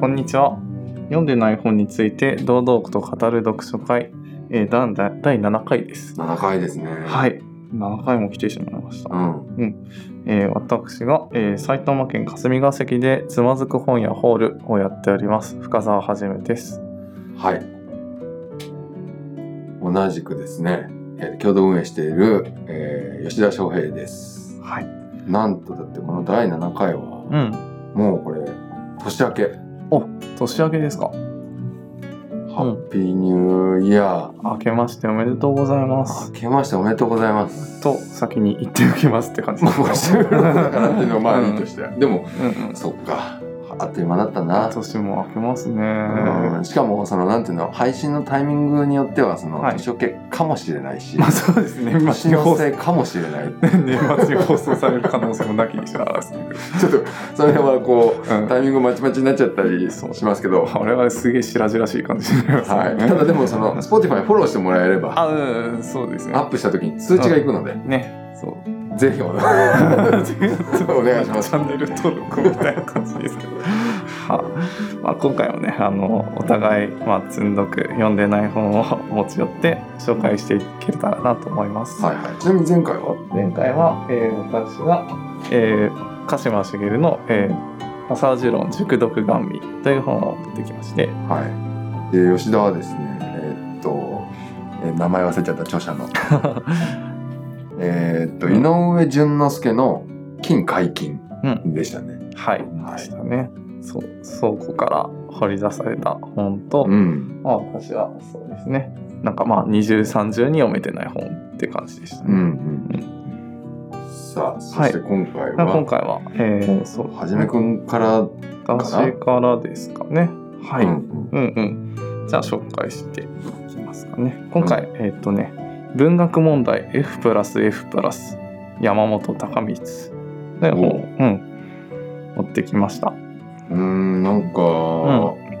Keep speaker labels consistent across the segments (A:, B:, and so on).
A: こんにちは読んでない本について堂々と語る読書会、えー、だんだ第7回です
B: 7回ですね。。
A: はいい7回も来てしまいました
B: うん。
A: えー私が、えー埼玉県霞が関でつまずく本屋ホールをやっております深澤はじめです
B: はい。同じくですね、えー共同運営している、えー吉田翔平です。
A: はい
B: なんとだってこの第7回
A: う
B: は、
A: ん
B: もうこれ、年明け、
A: 年明けですか
B: ハッピーニューイヤー。
A: 明けましておめでとうございます
B: 明けましておめでとうござ います。
A: と先に言っておきますって感じ
B: ま
A: で
B: あ、
A: す
B: これ収録だからっていうのはまあいいとして。でも、
A: うんうん
B: そっか。あっという間だったな。
A: 年も明けますね
B: うんしかもそのなんていうの配信のタイミングによってはその
A: はい
B: 年明けかもしれないし、
A: まあそうですね年
B: 年
A: 末放
B: の
A: 送
B: せいかもしれない
A: 年末に放送される可能性もなきにしもあらず
B: ちょっとその辺はこう
A: うん
B: タイミングまちまちになっちゃったりしますけど、は
A: 我々すげえ白々しい感じになりますね、
B: い、ただでもその Spotify フォローしてもらえれば
A: あうんそうです
B: ア
A: ね
B: ップした時に通知がいくので、
A: ねそう
B: ぜひおお願いします
A: チャンネル登録みたいな感じですけど。はまあ、今回もねあのお互い、まあ、積んどく読んでない本を持ち寄って紹介していけたらなと思います。
B: はいはい、ちなみに前回は
A: 前回は、えー私が、えー鹿島茂の、えーマサージュ論熟読顔味という本を持ってきまして、
B: はいで吉田はですねえーっと、えー名前忘れちゃった著者の えーっと井上淳之介の「金解禁
A: うん」
B: でしたね。
A: はい、
B: はい
A: でしたね。そう倉庫から掘り出された本と、
B: うん
A: まあ私はそうですね。なんかまあ二重三重に読めてない本って感じでしたね。
B: うんうん、さあそして今回
A: まあ今
B: は、
A: 回は、えー、そう
B: はじめくんから、
A: 私からですかね。はい。
B: う
A: うん
B: ん
A: うん。じゃあ紹介していきますかね。今回、えっ、とね、文学問題 F プラス F プラス山本高光で
B: お
A: 本を、うん、持ってきました。
B: うーんなんか、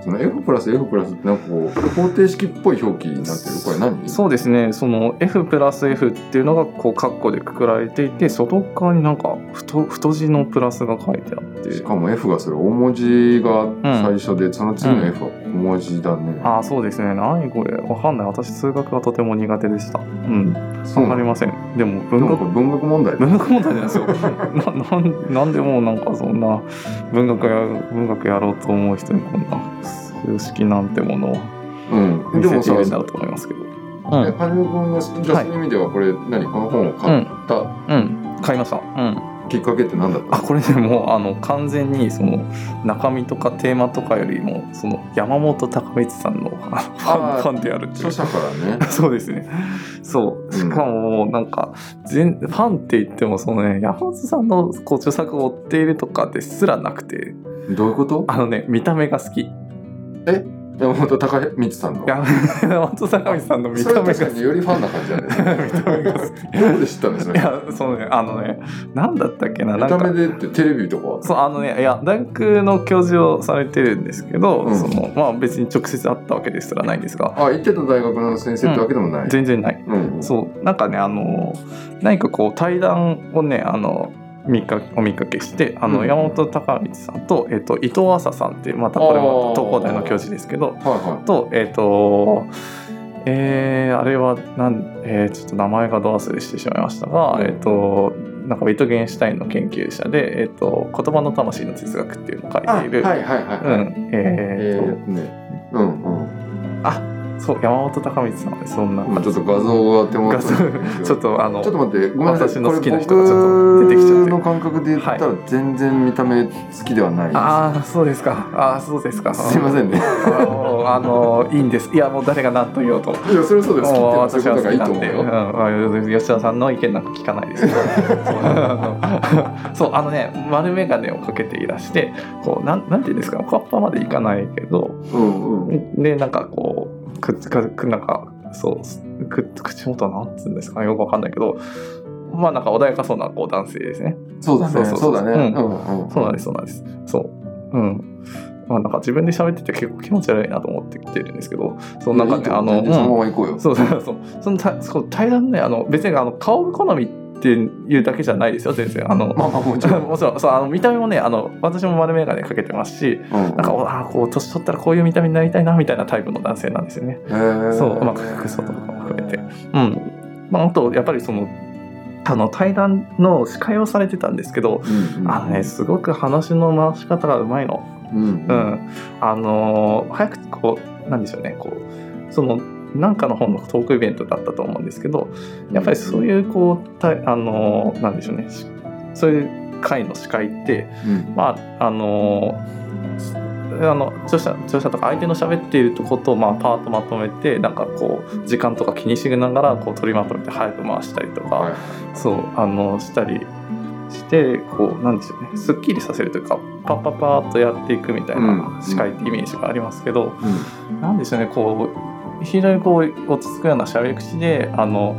B: その F プラス F プラスってなんかこう方程式っぽい表記になってるこれ何
A: そうですね、その F プラス F っていうのがこうカッコでくくられていて、外側になんか太太字のプラスが書いてあって。
B: しかも F がそれ大文字が最初で、その次の F は小文字だね、
A: ああそうですね何これわかんない私数学がとても苦手でしたうんわ
B: そう
A: か
B: な
A: り
B: の
A: ませんでも文
B: なんか
A: 学
B: 文学問題
A: 文学問題なんですよ ななんなんでもうなんかそんな文学や文学やろうと思う人にこんな数式なんてものを
B: うん
A: 見
B: で
A: せ
B: も
A: ている
B: さ
A: んだ
B: そ
A: ろ
B: う
A: うと思いますけどう
B: え
A: ん
B: はじめくんがじゃあそういう意味ではこれ、何この本を買った
A: うん買いましたうん
B: きっかけって何だったの
A: あこれねもうあの完全にその中身とかテーマとかよりもその山本高光さんのあのファ
B: あー
A: ンファンであるっていう
B: 著者からね
A: そうですね。そう。しかも、なんか、全、ファンって言っても、そのね、山本さんのこう著作を追っているとかですらなくて、
B: どういうこと
A: あのね、見た目が好き。い
B: 山本高光さんの
A: や山本坂道さんの見
B: それ
A: た
B: は
A: 目が
B: 確
A: 好
B: か
A: き。
B: によりファンな感 じだね。
A: 見た目が好き。
B: どこで知ったんです
A: い
B: ね。
A: や、そのね、あのね、なんだったっけな、
B: 見
A: なん
B: た目
A: か。
B: でってテレビとか。
A: そうあのねいや大学の教授をされてるんですけど、
B: うん
A: そのまあ別に直接会ったわけですらないんですが
B: あ、行ってた大学の先生ってわけでもない。
A: 全然ない
B: うん。
A: そうなんかねあの何かこう対談をねあの見かお見かけしてあの、
B: うん
A: 山本孝光さんと,、えっと伊藤浅さんってまたこれも
B: あー
A: 東工大の教授ですけど
B: はいは
A: とえっ、とえーあれはなん、えーちょっと名前がど忘れしてしまいましたが、
B: うん
A: えっ、となんかウィトゲンシュタインの研究者で「えっと言葉の魂の哲学」っていうのを書い
B: い。あは
A: て
B: い
A: いる、
B: はいは
A: う
B: いはい。
A: ん
B: え
A: えーと
B: ーね。うんうん。
A: そう山本孝光さんですそんな
B: 今
A: 感
B: ちょ
A: じ
B: っと画像が手
A: が
B: 元にあるんですけど
A: ちょっとあの
B: ちょっと待って、ごめんなさい。
A: 私の好きな人
B: こ
A: が
B: れ
A: ちょっと出てきちゃって
B: 僕の感覚で言ったら全然見た目好きではない。
A: ああそうですかああそうですか
B: すいませんね。
A: あの あのいいんですいやもう誰が何と言おうとも
B: いや、それはそう
A: う
B: です。好きって
A: 私
B: そう
A: は
B: いうこ
A: 好
B: とがい
A: き
B: い
A: な
B: と
A: ん
B: 思う
A: で、
B: よ。
A: うん、吉田さんの意見なんか聞かないですけ どあのそうあのね丸眼鏡をかけていらしてこうなんなんていうんですかおかっぱまでいかないけど
B: うんうん。
A: でなんかこうくっつかくなんかそうく口元なんつうんですかねよくわかんないけどまあなんか穏やかそうなこう男性ですね
B: そうだ
A: そう
B: ね。
A: そう
B: そうだね。
A: うん
B: うんうん。
A: そうなんです、そうなんです。そう。うん。まあなんか自分で喋ってて結構気持ち悪いなと思ってきてるんですけど、そのなんかね、あの、
B: いやいいと思う全然そのま
A: うん
B: ま
A: そうそ
B: 行こうよ。
A: うそう、そのたその対談ね、あの別にあの顔が好みっていうだけじゃないですよ全然あの
B: まあまあもちろん。
A: もちろんそうあの見た目もねあの私も丸眼鏡かけてますし
B: うん
A: なんかおあーこう年取ったらこういう見た目になりたいなみたいなタイプの男性なんですよね。
B: へー
A: そうまあ服装とかも含めてうんまあ、あとやっぱりそのあの対談の司会をされてたんですけど
B: うんうん
A: あのねすごく話の回し方がうまいの。
B: うん
A: う
B: うん
A: ん、あのー早くこうなんでしょうねこうそのなんかの本のトークイベントだったと思うんですけどやっぱりそういうこうたあのーなんでしょうねしそういう会の司会って
B: うん
A: まああのーあの著者著者とか相手の喋っていることをまあパーッとまとめてなんかこう時間とか気にしながらこう取りまとめて早く回したりとか、
B: はい
A: そうあのしたりしてこうなんでしょうねすっきりさせるというかパッパッパーっとやっていくみたい
B: うん
A: な司会ってイメージがありますけど、
B: うん
A: なんでしょうねこう非常にこう落ち着くような喋り口であの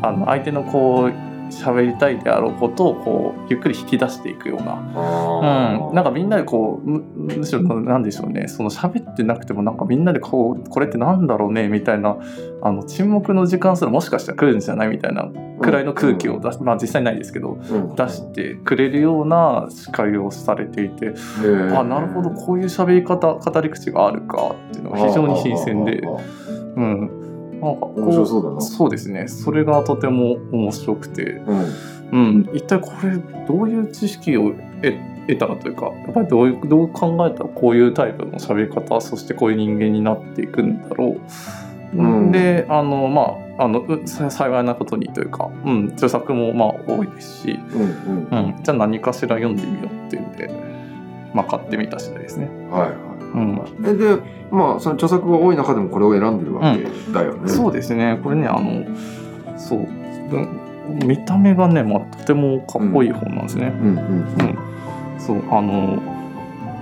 A: あの相手のこう喋りたいであろうことをこうゆっくり引き出していくような、
B: あー
A: うん、なんかみんなでこうむむしろなんでしょうねその喋ってなくてもなんかみんなでこうこれってなんだろうねみたいなあの沈黙の時間すらもしかしたら来るんじゃないみたいなくらいの空気を出し、まあ実際ないですけど
B: うん
A: 出してくれるような司会をされていて、
B: へー
A: あなるほどこういう喋り方語り口があるかっていうのが非常に新鮮で
B: あーあーあー
A: うんなんかこう
B: 面白そうだな
A: そうですねそれがとても面白くて、
B: あーうん
A: うん、一体これどういう知識を得得たかというかやっぱりどういうどう考えたらこういうタイプの喋り方そしてこういう人間になっていくんだろう。
B: うん
A: であのまああのうさ幸いなことにというか、うん、著作もまあ多いですし、
B: うんうん
A: うん、じゃあ何かしら読んでみようっていうんで、まあ、買ってみた次第ですね。
B: はいは
A: うん、
B: いえでまあその著作が多い中でもこれを選んでるわけだよね
A: そうですねこれねあのそううん見た目がね、まあ、とてもかっこいい本なんですね。
B: うんうん
A: そうあの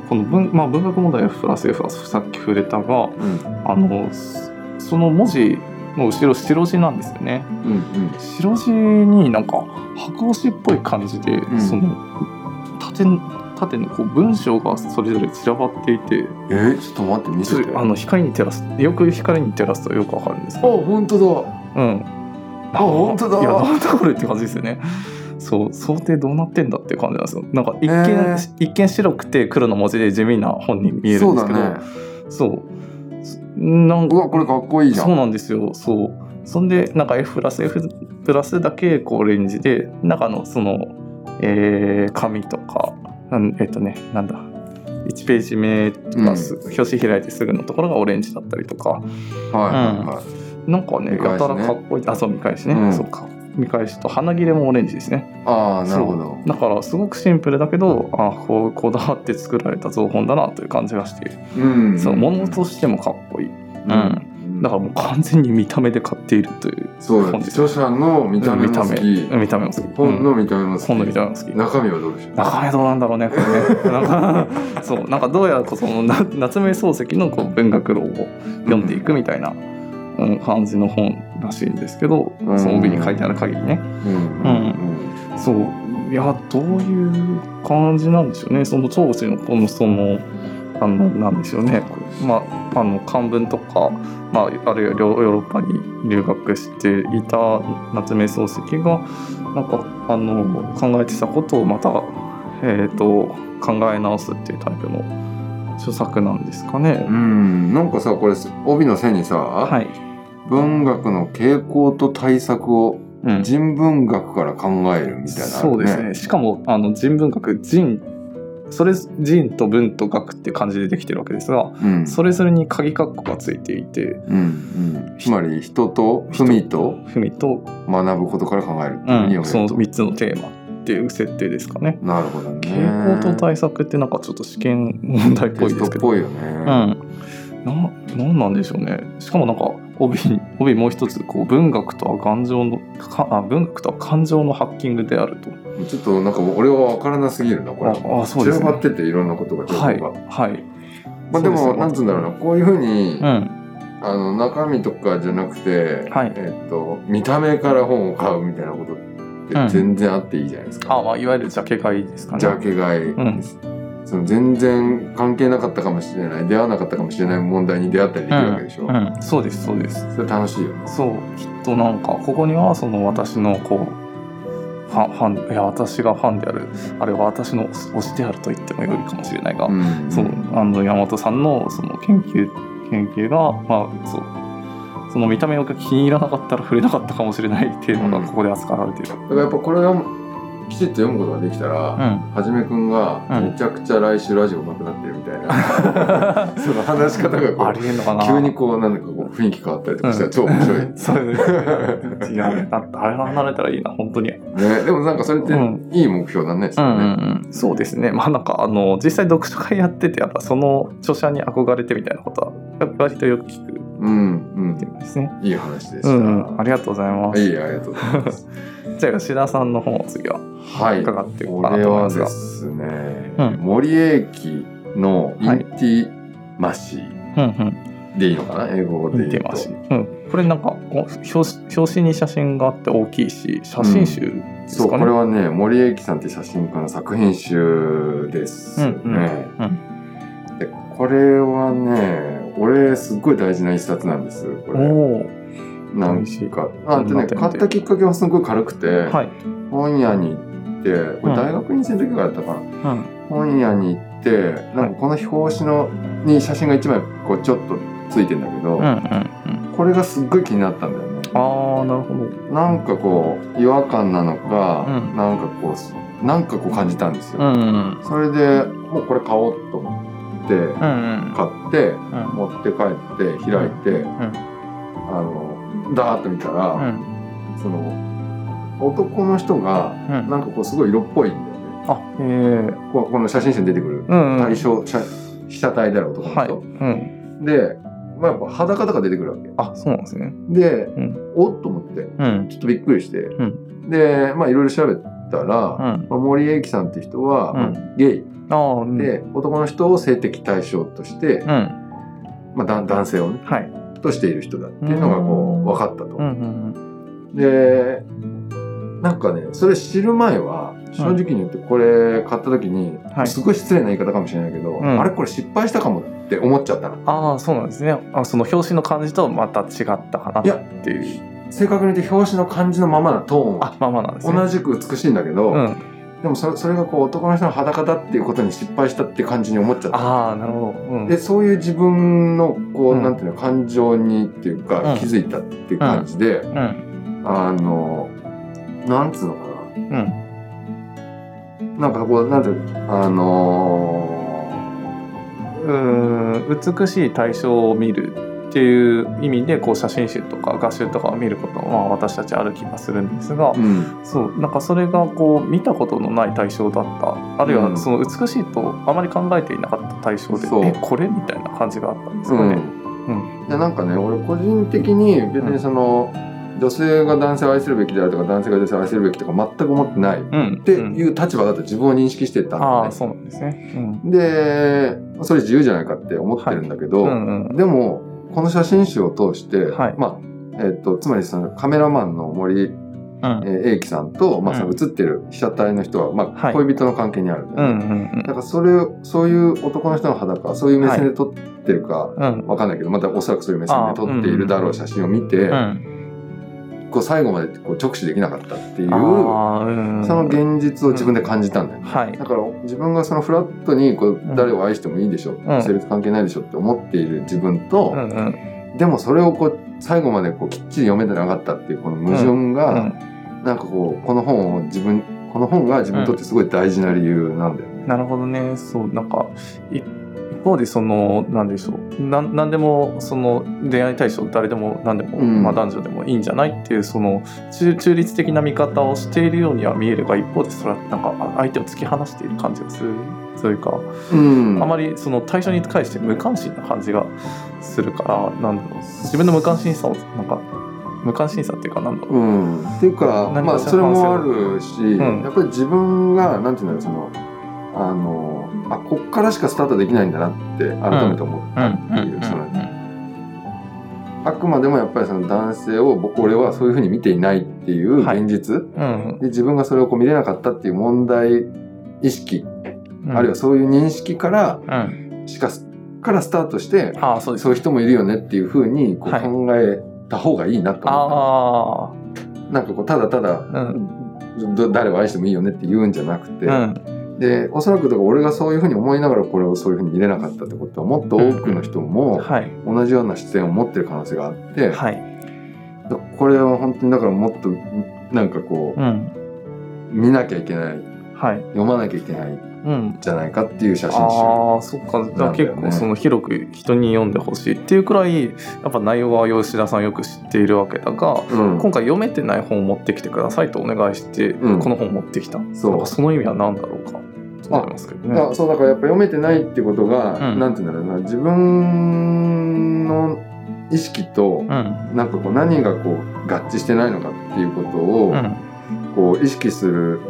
A: この文,、まあ、文学問題のプラス F はさっき触れたが
B: うん
A: あのそその文字の後ろ白地なんですよね。
B: うんうん
A: 白地になんか白押しっぽい感じで、
B: ん
A: その縦縦のこう文章がそれぞれ散らばっていて。
B: えーちょっと待って見せて
A: あの光に照らすよく光に照らすとよくわかるんですけど
B: 本当
A: う
B: だ
A: ん
B: あ本当だ
A: いやなんだこれって感じですよねそう想定どうなってんだっていう感じなんですよなんか一見、
B: へー
A: 一見白くて黒の文字で地味な本に見えるんですけど
B: そうだね
A: そう,、なん
B: う
A: か
B: わこれかっこいいじゃん
A: そうなんですよそうそんでなんか F プラス F プラスだけこうオレンジで中のその、えー紙とかなんえっ、とねなんだ1ページ目とかす、
B: うん
A: 表紙開いてすぐのところがオレンジだったりとか
B: はいはいはい
A: なんかね
B: 見返しね
A: やたらかっこいいあそう見返しね、
B: うん
A: そうか見返しと花切れもオレンジですね
B: ああなるほど
A: だからすごくシンプルだけどあこうこだわって作られた造本だなという感じがして、
B: うん
A: そうものとしてもかっこいい
B: うん
A: だからもう完全に見た目で買っているという
B: そうだ
A: 本
B: ね
A: です
B: 著者の見た目も好き
A: 見た目も好き
B: 本の見た目も
A: う
B: 好
A: ん
B: き
A: 本の見た目も好き
B: 中身はどうでしょう
A: 中身どうなんだろうねこれねなんかそうなんかどうやらこうそのな夏目漱石のこう文学論を読んでいくみたいな、うん、感じの本らしいんですけど、
B: うん
A: その帯に書いてある限りね
B: うんうん
A: そういやどういう感じなんでしょうねその長寿のこのそのあのなんでしょうねこうまああの漢文とか、まあ、あるいはヨーロッパに留学していた夏目漱石がなんかあの考えてたことをまた、えー、と考え直すっていうタイプの著作なんですかね
B: う。んなんかさこれ帯の線にさ、
A: はい、
B: 文学の傾向と対策を
A: うん
B: 人文学から考えるみたいな、
A: そうですね。しかもあの人文学人それ人と文と学って感じでできてるわけですが、
B: うん
A: それぞれに鍵括弧がついていて
B: うんうん、つまり人と文と
A: 文と、
B: 学ぶことから考えるって
A: う
B: いうふうに
A: ん、そ
B: 読め
A: の3
B: ると、
A: つのテーマっていう設定ですかね。
B: なるほどね
A: 傾向と対策ってなんかちょっと試験問題っぽ
B: テ
A: い
B: ス
A: で
B: ト
A: す
B: っ
A: けど。
B: ぽいよね、
A: うん、ななんなんでしょうねしかもなんか帯に帯もう一つこう文学とは感情のかあ文学とは感情のハッキングであると
B: ちょっとなんか俺は分からなすぎるなこれ
A: ああそうですね
B: 散らばってていろんなことが情報が、
A: はいはい
B: まあ、でも
A: そうですね
B: なんつうんだろうなこういうふうに、
A: うん
B: あの中身とかじゃなくて、
A: はい
B: えっと見た目から本を買うみたいなことって全然あっていいじゃないですか、
A: あまあいわゆるジャケ買いですかね
B: ジャケ買いです、その全然関係なかったかもしれない出会わなかったかもしれない問題に出会ったりできるわけでしょ、
A: うんそうですそうです
B: それ楽しいよね
A: そうきっとなんかここにはその私のこうファンファンいや私がファンであるあれは私の推しであると言ってもよいかもしれないが、
B: うん
A: そうあの山本さんのその研究研究が、まあ、そうその見た目が気に入らなかったら触れなかったかもしれないっていうの
B: うん
A: がここで扱われている。
B: だからやっぱこれをきちっと読むことができたら、
A: ん、
B: はじめくんが
A: うん
B: めちゃくちゃ来週ラジオなくなってるみたい な、その話し方がこ
A: あ
B: う
A: りえんのかな
B: 急にこうなんかこう雰囲気変わったりとかしたら超面白い、
A: そうです いやだってあれが離れたらいいな本当に
B: ね、でもなんかそれって
A: うん
B: いい目標なんないです
A: う
B: か
A: ん
B: ね、
A: うんうん、そうですねまあなんかあの実際読書会やっててやっぱその著者に憧れてみたいなことはやっぱりとよく聞く
B: うんうん
A: っていうことですね
B: いい話でした、
A: うん、うん、ありがとうございま
B: は
A: す、
B: いありがとうございます
A: じゃあ吉田さんの方を次は
B: はい
A: 伺っていこうか
B: こ
A: な
B: れ
A: と思い
B: は
A: ます
B: で
A: が、
B: すね、
A: うん
B: 森英樹のインティマシー
A: うん
B: でいいのかな英語
A: うん
B: で
A: 見
B: 言
A: て
B: うと
A: ます、うん、これなんかお表紙表紙に写真があって大きいし写真集です
B: そう
A: か
B: こ
A: ね、
B: れはね森英樹さんって写真家の作品集ですね、
A: うんうん
B: でこれはね俺すっごい大事な一冊なんですこれ
A: お
B: なんかあでね
A: どんな点で
B: 買ったきっかけはすごい軽くて、
A: おはい、
B: 本屋に行ってこれ大学院生の時からやったかな、
A: うん、
B: 本屋に行ってなんかこの表紙のに写真が1枚こうちょっとついてんだけど、
A: うんうんうん
B: これがすっごい気になったんだよね
A: ああなるほど
B: なんかこう違和感なのか、
A: うん
B: なんかこうなんかこう感じたんですよ、
A: うんうん
B: それでもうこれ買おうと思って
A: うん
B: 買って
A: うん
B: 持って帰って開いて、
A: ん
B: あのダーッと見たら、
A: うん
B: その男の人が
A: うん
B: なんかこうすごい色っぽいんだよね
A: あええー、
B: こうこの写真集に出てくる
A: うんうん
B: 対象者被写体である男の
A: はい
B: 人、
A: うん
B: で、まあ、やっぱ裸とか出てくるわけ
A: あそうなんですね
B: で、
A: ん
B: おっと思って
A: うん
B: ちょっとびっくりして、
A: う
B: でまあいろいろ調べ
A: う
B: たら、
A: ん
B: まあ森英樹さんって人は、
A: うん
B: まあゲイ
A: ああうん
B: で、男の人を性的対象として、
A: うん
B: まあ、だ男性をね
A: はい
B: としている人だっていうのがこ
A: うん
B: う分かったと。
A: うんうん
B: でなんかねそれ知る前は正直に言ってこれ買った時に、
A: はい
B: すごい失礼な言い方かもしれないけど、
A: うん
B: あれこれ失敗したかもって思っちゃったの。
A: ああそうなんですねあその表紙の感じとまた違ったかなっ
B: いや
A: ていう
B: 正確に言って表紙の感じのままなトーンは
A: あまあまあなんですね
B: 同じく美しいんだけど、
A: うん
B: でもそれそれがこう男の人の裸だっていうことに失敗したって感じに思っちゃった。
A: ああなるほどうん
B: でそういう自分のこう、
A: うん
B: なんていうの感情にっていうか、
A: うん
B: 気づいたっていう感じで、
A: うん
B: あのなんつうのか
A: うん
B: ななんかこうなんていうのあの
A: うーん美しい対象を見るっていう意味でこう写真集とか画集とかを見ることはまあ私たちある気がするんですが、
B: ーうん
A: そうなんかそれがこう見たことのない対象だったあるいは
B: うん
A: その美しいとあまり考えていなかった対象で、
B: そう
A: えこれみたいな感じがあったんです
B: う
A: か
B: ん、
A: ね。
B: でなんかね俺個人的に別にその、女性が男性を愛するべきであるとか男性が女性を愛するべきとか全く思ってないっ
A: うん、
B: て
A: うん
B: いう立場だと自分を認識してたん
A: あ
B: だ
A: あ
B: ね。
A: そうなんですね。うん
B: でそれ自由じゃないかって思ってるんだけど、
A: うんうん
B: でもこの写真集を通して、
A: はい
B: まあえっとつまりそのカメラマンの森
A: うん
B: えー英樹さんと、まあ、その
A: うん
B: 写ってる被写体の人は、ま
A: は
B: あ、
A: い
B: 恋人の関係にあるんだ
A: う
B: よね、
A: んうん
B: だからそれそういう男の人の裸そういう目線で撮ってるか、
A: うんうん
B: わかんないけどまたおそらくそういう目線
A: あ
B: で
A: ー
B: 撮っているだろう写真を見て、
A: うん
B: こう最後までこう直視できなかったっていうそ
A: ああうん
B: の現実を自分で感じたんだよね。
A: はい
B: だから自分がそのフラットにこうん誰を愛してもいいでしょ、
A: ん
B: 性別関係ないでしょって思っている自分と、
A: うんうん
B: でもそれをこう最後までこうきっちり読めてなかったっていうこの矛盾
A: う
B: が、
A: ん
B: なんかこうこの本を自分この本が自分にとってすごい大事な理由なんだよね。
A: なるほどねそうなんかい一方でそのなんでしょうなんなんでもその恋愛対象誰でも何でも、
B: うん
A: まあ、男女でもいいんじゃないっていうその中中立的な見方をしているようには見えれば一方でそれはなんかあ相手を突き放している感じがするというか、
B: うん
A: あまりその対象に対して無関心な感じがするからなんだろう自分の無関心さをなんか無関心さっていうかなんだろ
B: うん、っていうか、
A: 何
B: ま
A: か
B: あ、
A: しら
B: それもあるし、
A: ん
B: やっぱり自分がなんていうんだろうそのあのあこっからしかスタートできないんだなって改めて思ったっていう、その
A: う。
B: あくまでもやっぱりその男性を僕俺はそういうふうに見ていないっていう
A: はい
B: 現実、
A: うん
B: で自分がそれをこう見れなかったっていう問題意識、
A: うん、
B: あるいはそういう認識から
A: うん、
B: しかからスタートして
A: ああそうです
B: そういう人もいるよねっていうふうにこう
A: はい
B: 考えた方がいいなと思った、
A: あ
B: なんかこうただただ
A: あうん
B: ど誰を愛してもいいよねって言うんじゃなくて、
A: うん
B: でおそらくだから俺がそういうふうに思いながらこれをそういうふうに見れなかったってことはもっと多くの人も
A: はい
B: 同じような視点を持ってる可能性があって、
A: はい
B: だこれは本当にだからもっとなんかこう
A: うん
B: 見なきゃいけない
A: はい
B: 読まなきゃいけないん
A: うん
B: じゃないかっていう写真集
A: ああそっかじゃあ
B: なんだよ
A: 結
B: ね
A: 構その広く人に読んでほしいっていうくらいやっぱ内容は吉田さんよく知っているわけだが、
B: うん
A: 今回読めてない本を持ってきてくださいとお願いして、
B: うん
A: この本を持ってきた
B: そう
A: なんかその意味は何だろうかと思いますけどね。
B: だそうだからやっぱ読めてないってことが、
A: うん
B: なんて言うんだろうな自分の意識と
A: うん
B: なんかこう何がこう合致してないのかっていうことを、
A: うん
B: こう意識する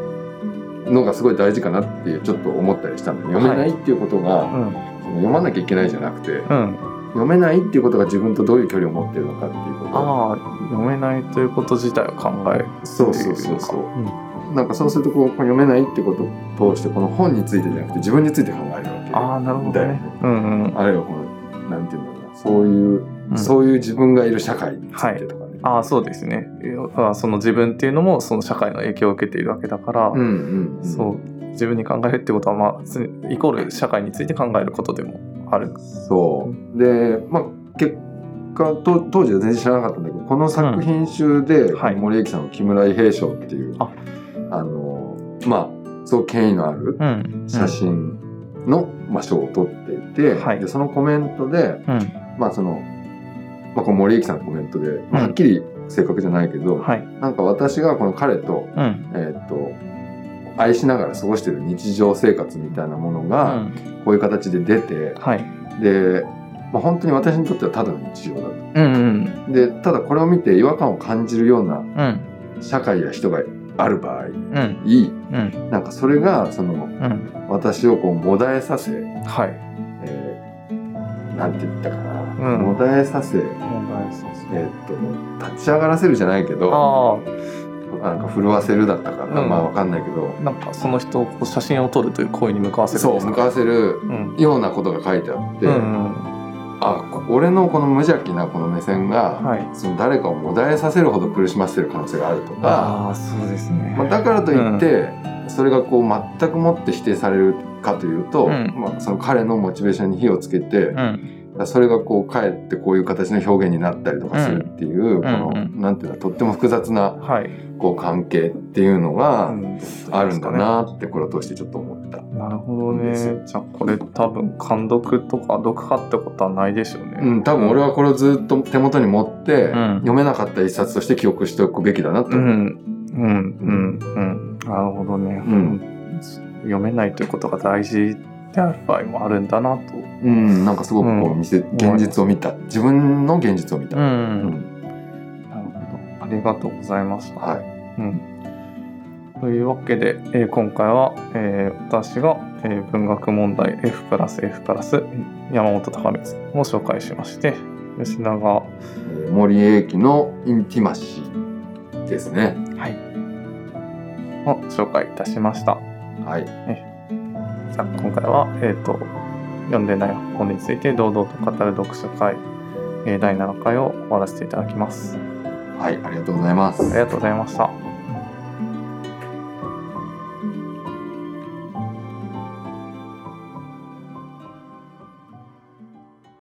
B: のがすごい大事かなっていうちょっと思ったりしたの読めないっていうことが、
A: うん
B: その読まなきゃいけないじゃなくて
A: うん、
B: 読めないっていうことが自分とどういう距離を持ってるのかっていうこ
A: ああ読めないということ自体を考える
B: とそう
A: とい
B: そうう
A: か
B: そうそう
A: うん
B: なんかそうするとこうこう読めないってことを通してこの本についてじゃなくて自分について考えるわけ
A: ああなるほど
B: だよ
A: ね
B: ね。
A: うんうん、
B: あるいはこのなんていうんだろうなそういう、
A: うん
B: そういう自分がいる社会についてとかね、
A: ああそうですね。あその自分っていうのもその社会の影響を受けているわけだから、
B: うんうんうん
A: そう自分に考えるってことは、まあつ、イコール社会について考えることでもある。
B: そうでまあ結果と当時は全然知らなかったんだけどこの作品集で、
A: はい
B: 森幸さんの「木村伊兵衛賞」っていう
A: あ
B: あのまあすごく権威のある
A: うん
B: 写。真の、まあ、賞を取っていて、
A: はい
B: でそのコメントで、
A: うん。
B: まあそのまあ、この森幸さんのコメントで、まあはっきり正確じゃないけど、
A: はい。
B: なんか私がこの彼と
A: うん。
B: えーっと愛しながら過ごしてる日常生活みたいなもの
A: う
B: が
A: ん
B: こういう形で出て、
A: はい。
B: で、まあ、本当に私にとってはただの日常だ
A: うんうん。
B: とでただこれを見て違和感を感じるような
A: うん。
B: 社会や人がある場合
A: うん。
B: いい
A: うん。
B: なんかそれがその
A: うん。
B: 私をこうもだえさせ、
A: はい。
B: えーなんて言ったかな、
A: うん
B: もだえさせ、え
A: 問題です
B: ーっと立ち上がらせるじゃないけど
A: あ
B: なんか震わせるだったかな、
A: うん
B: まあわかんないけど
A: あ、なんかその人をこう写真を撮るという行為に向かわせるん
B: そう
A: ですか
B: 向かわせる
A: うん。
B: ようなことが書いてあって、
A: うんうん。
B: あこ俺のこの無邪気なこの目線が、
A: はい。
B: その誰かをもだえさせるほど苦しませてる可能性があるとか
A: ああ、そうですね。
B: まあ、だからといって、それがこう全くもって否定されるかというと、
A: うん
B: まあ、その彼のモチベーションに火をつけて、
A: うん。
B: それがこうかえってこういう形の表現になったりとかするっていう、この、
A: うんうん
B: なんていうのとっても複雑な
A: はい。
B: こう関係っていうの
A: う
B: が
A: ん
B: あるんだ。なってこれを通してちょっと思った。
A: なるほど
B: です
A: ね。じゃあこれ多分監督とか読破ってことはないでしょうね。
B: うん、多分俺はこれをずっと手元に持って、
A: ん
B: 読めなかった一冊として記憶しておくべきだなと
A: う
B: 思う、
A: んうんうんうんなるほどね、
B: うん
A: 読めないということが大事である場合もあるんだなと、
B: うん、なんかすごくこう見せ、現実を見た自分の現実を見た、
A: うんなるほどありがとうございました、
B: はい
A: うん、というわけで、えー今回は、えー私が、えー文学問題 F プラス F プラス山本孝光を紹介しまして吉田が
B: えー森英樹のインティマシーですね
A: を紹介いたしました。
B: はい
A: さあ今回は、えー、と読んでない本について堂々と語る読書会、えー第7回を終わらせていただきます。
B: はいありがとうございます
A: ありがとうございました。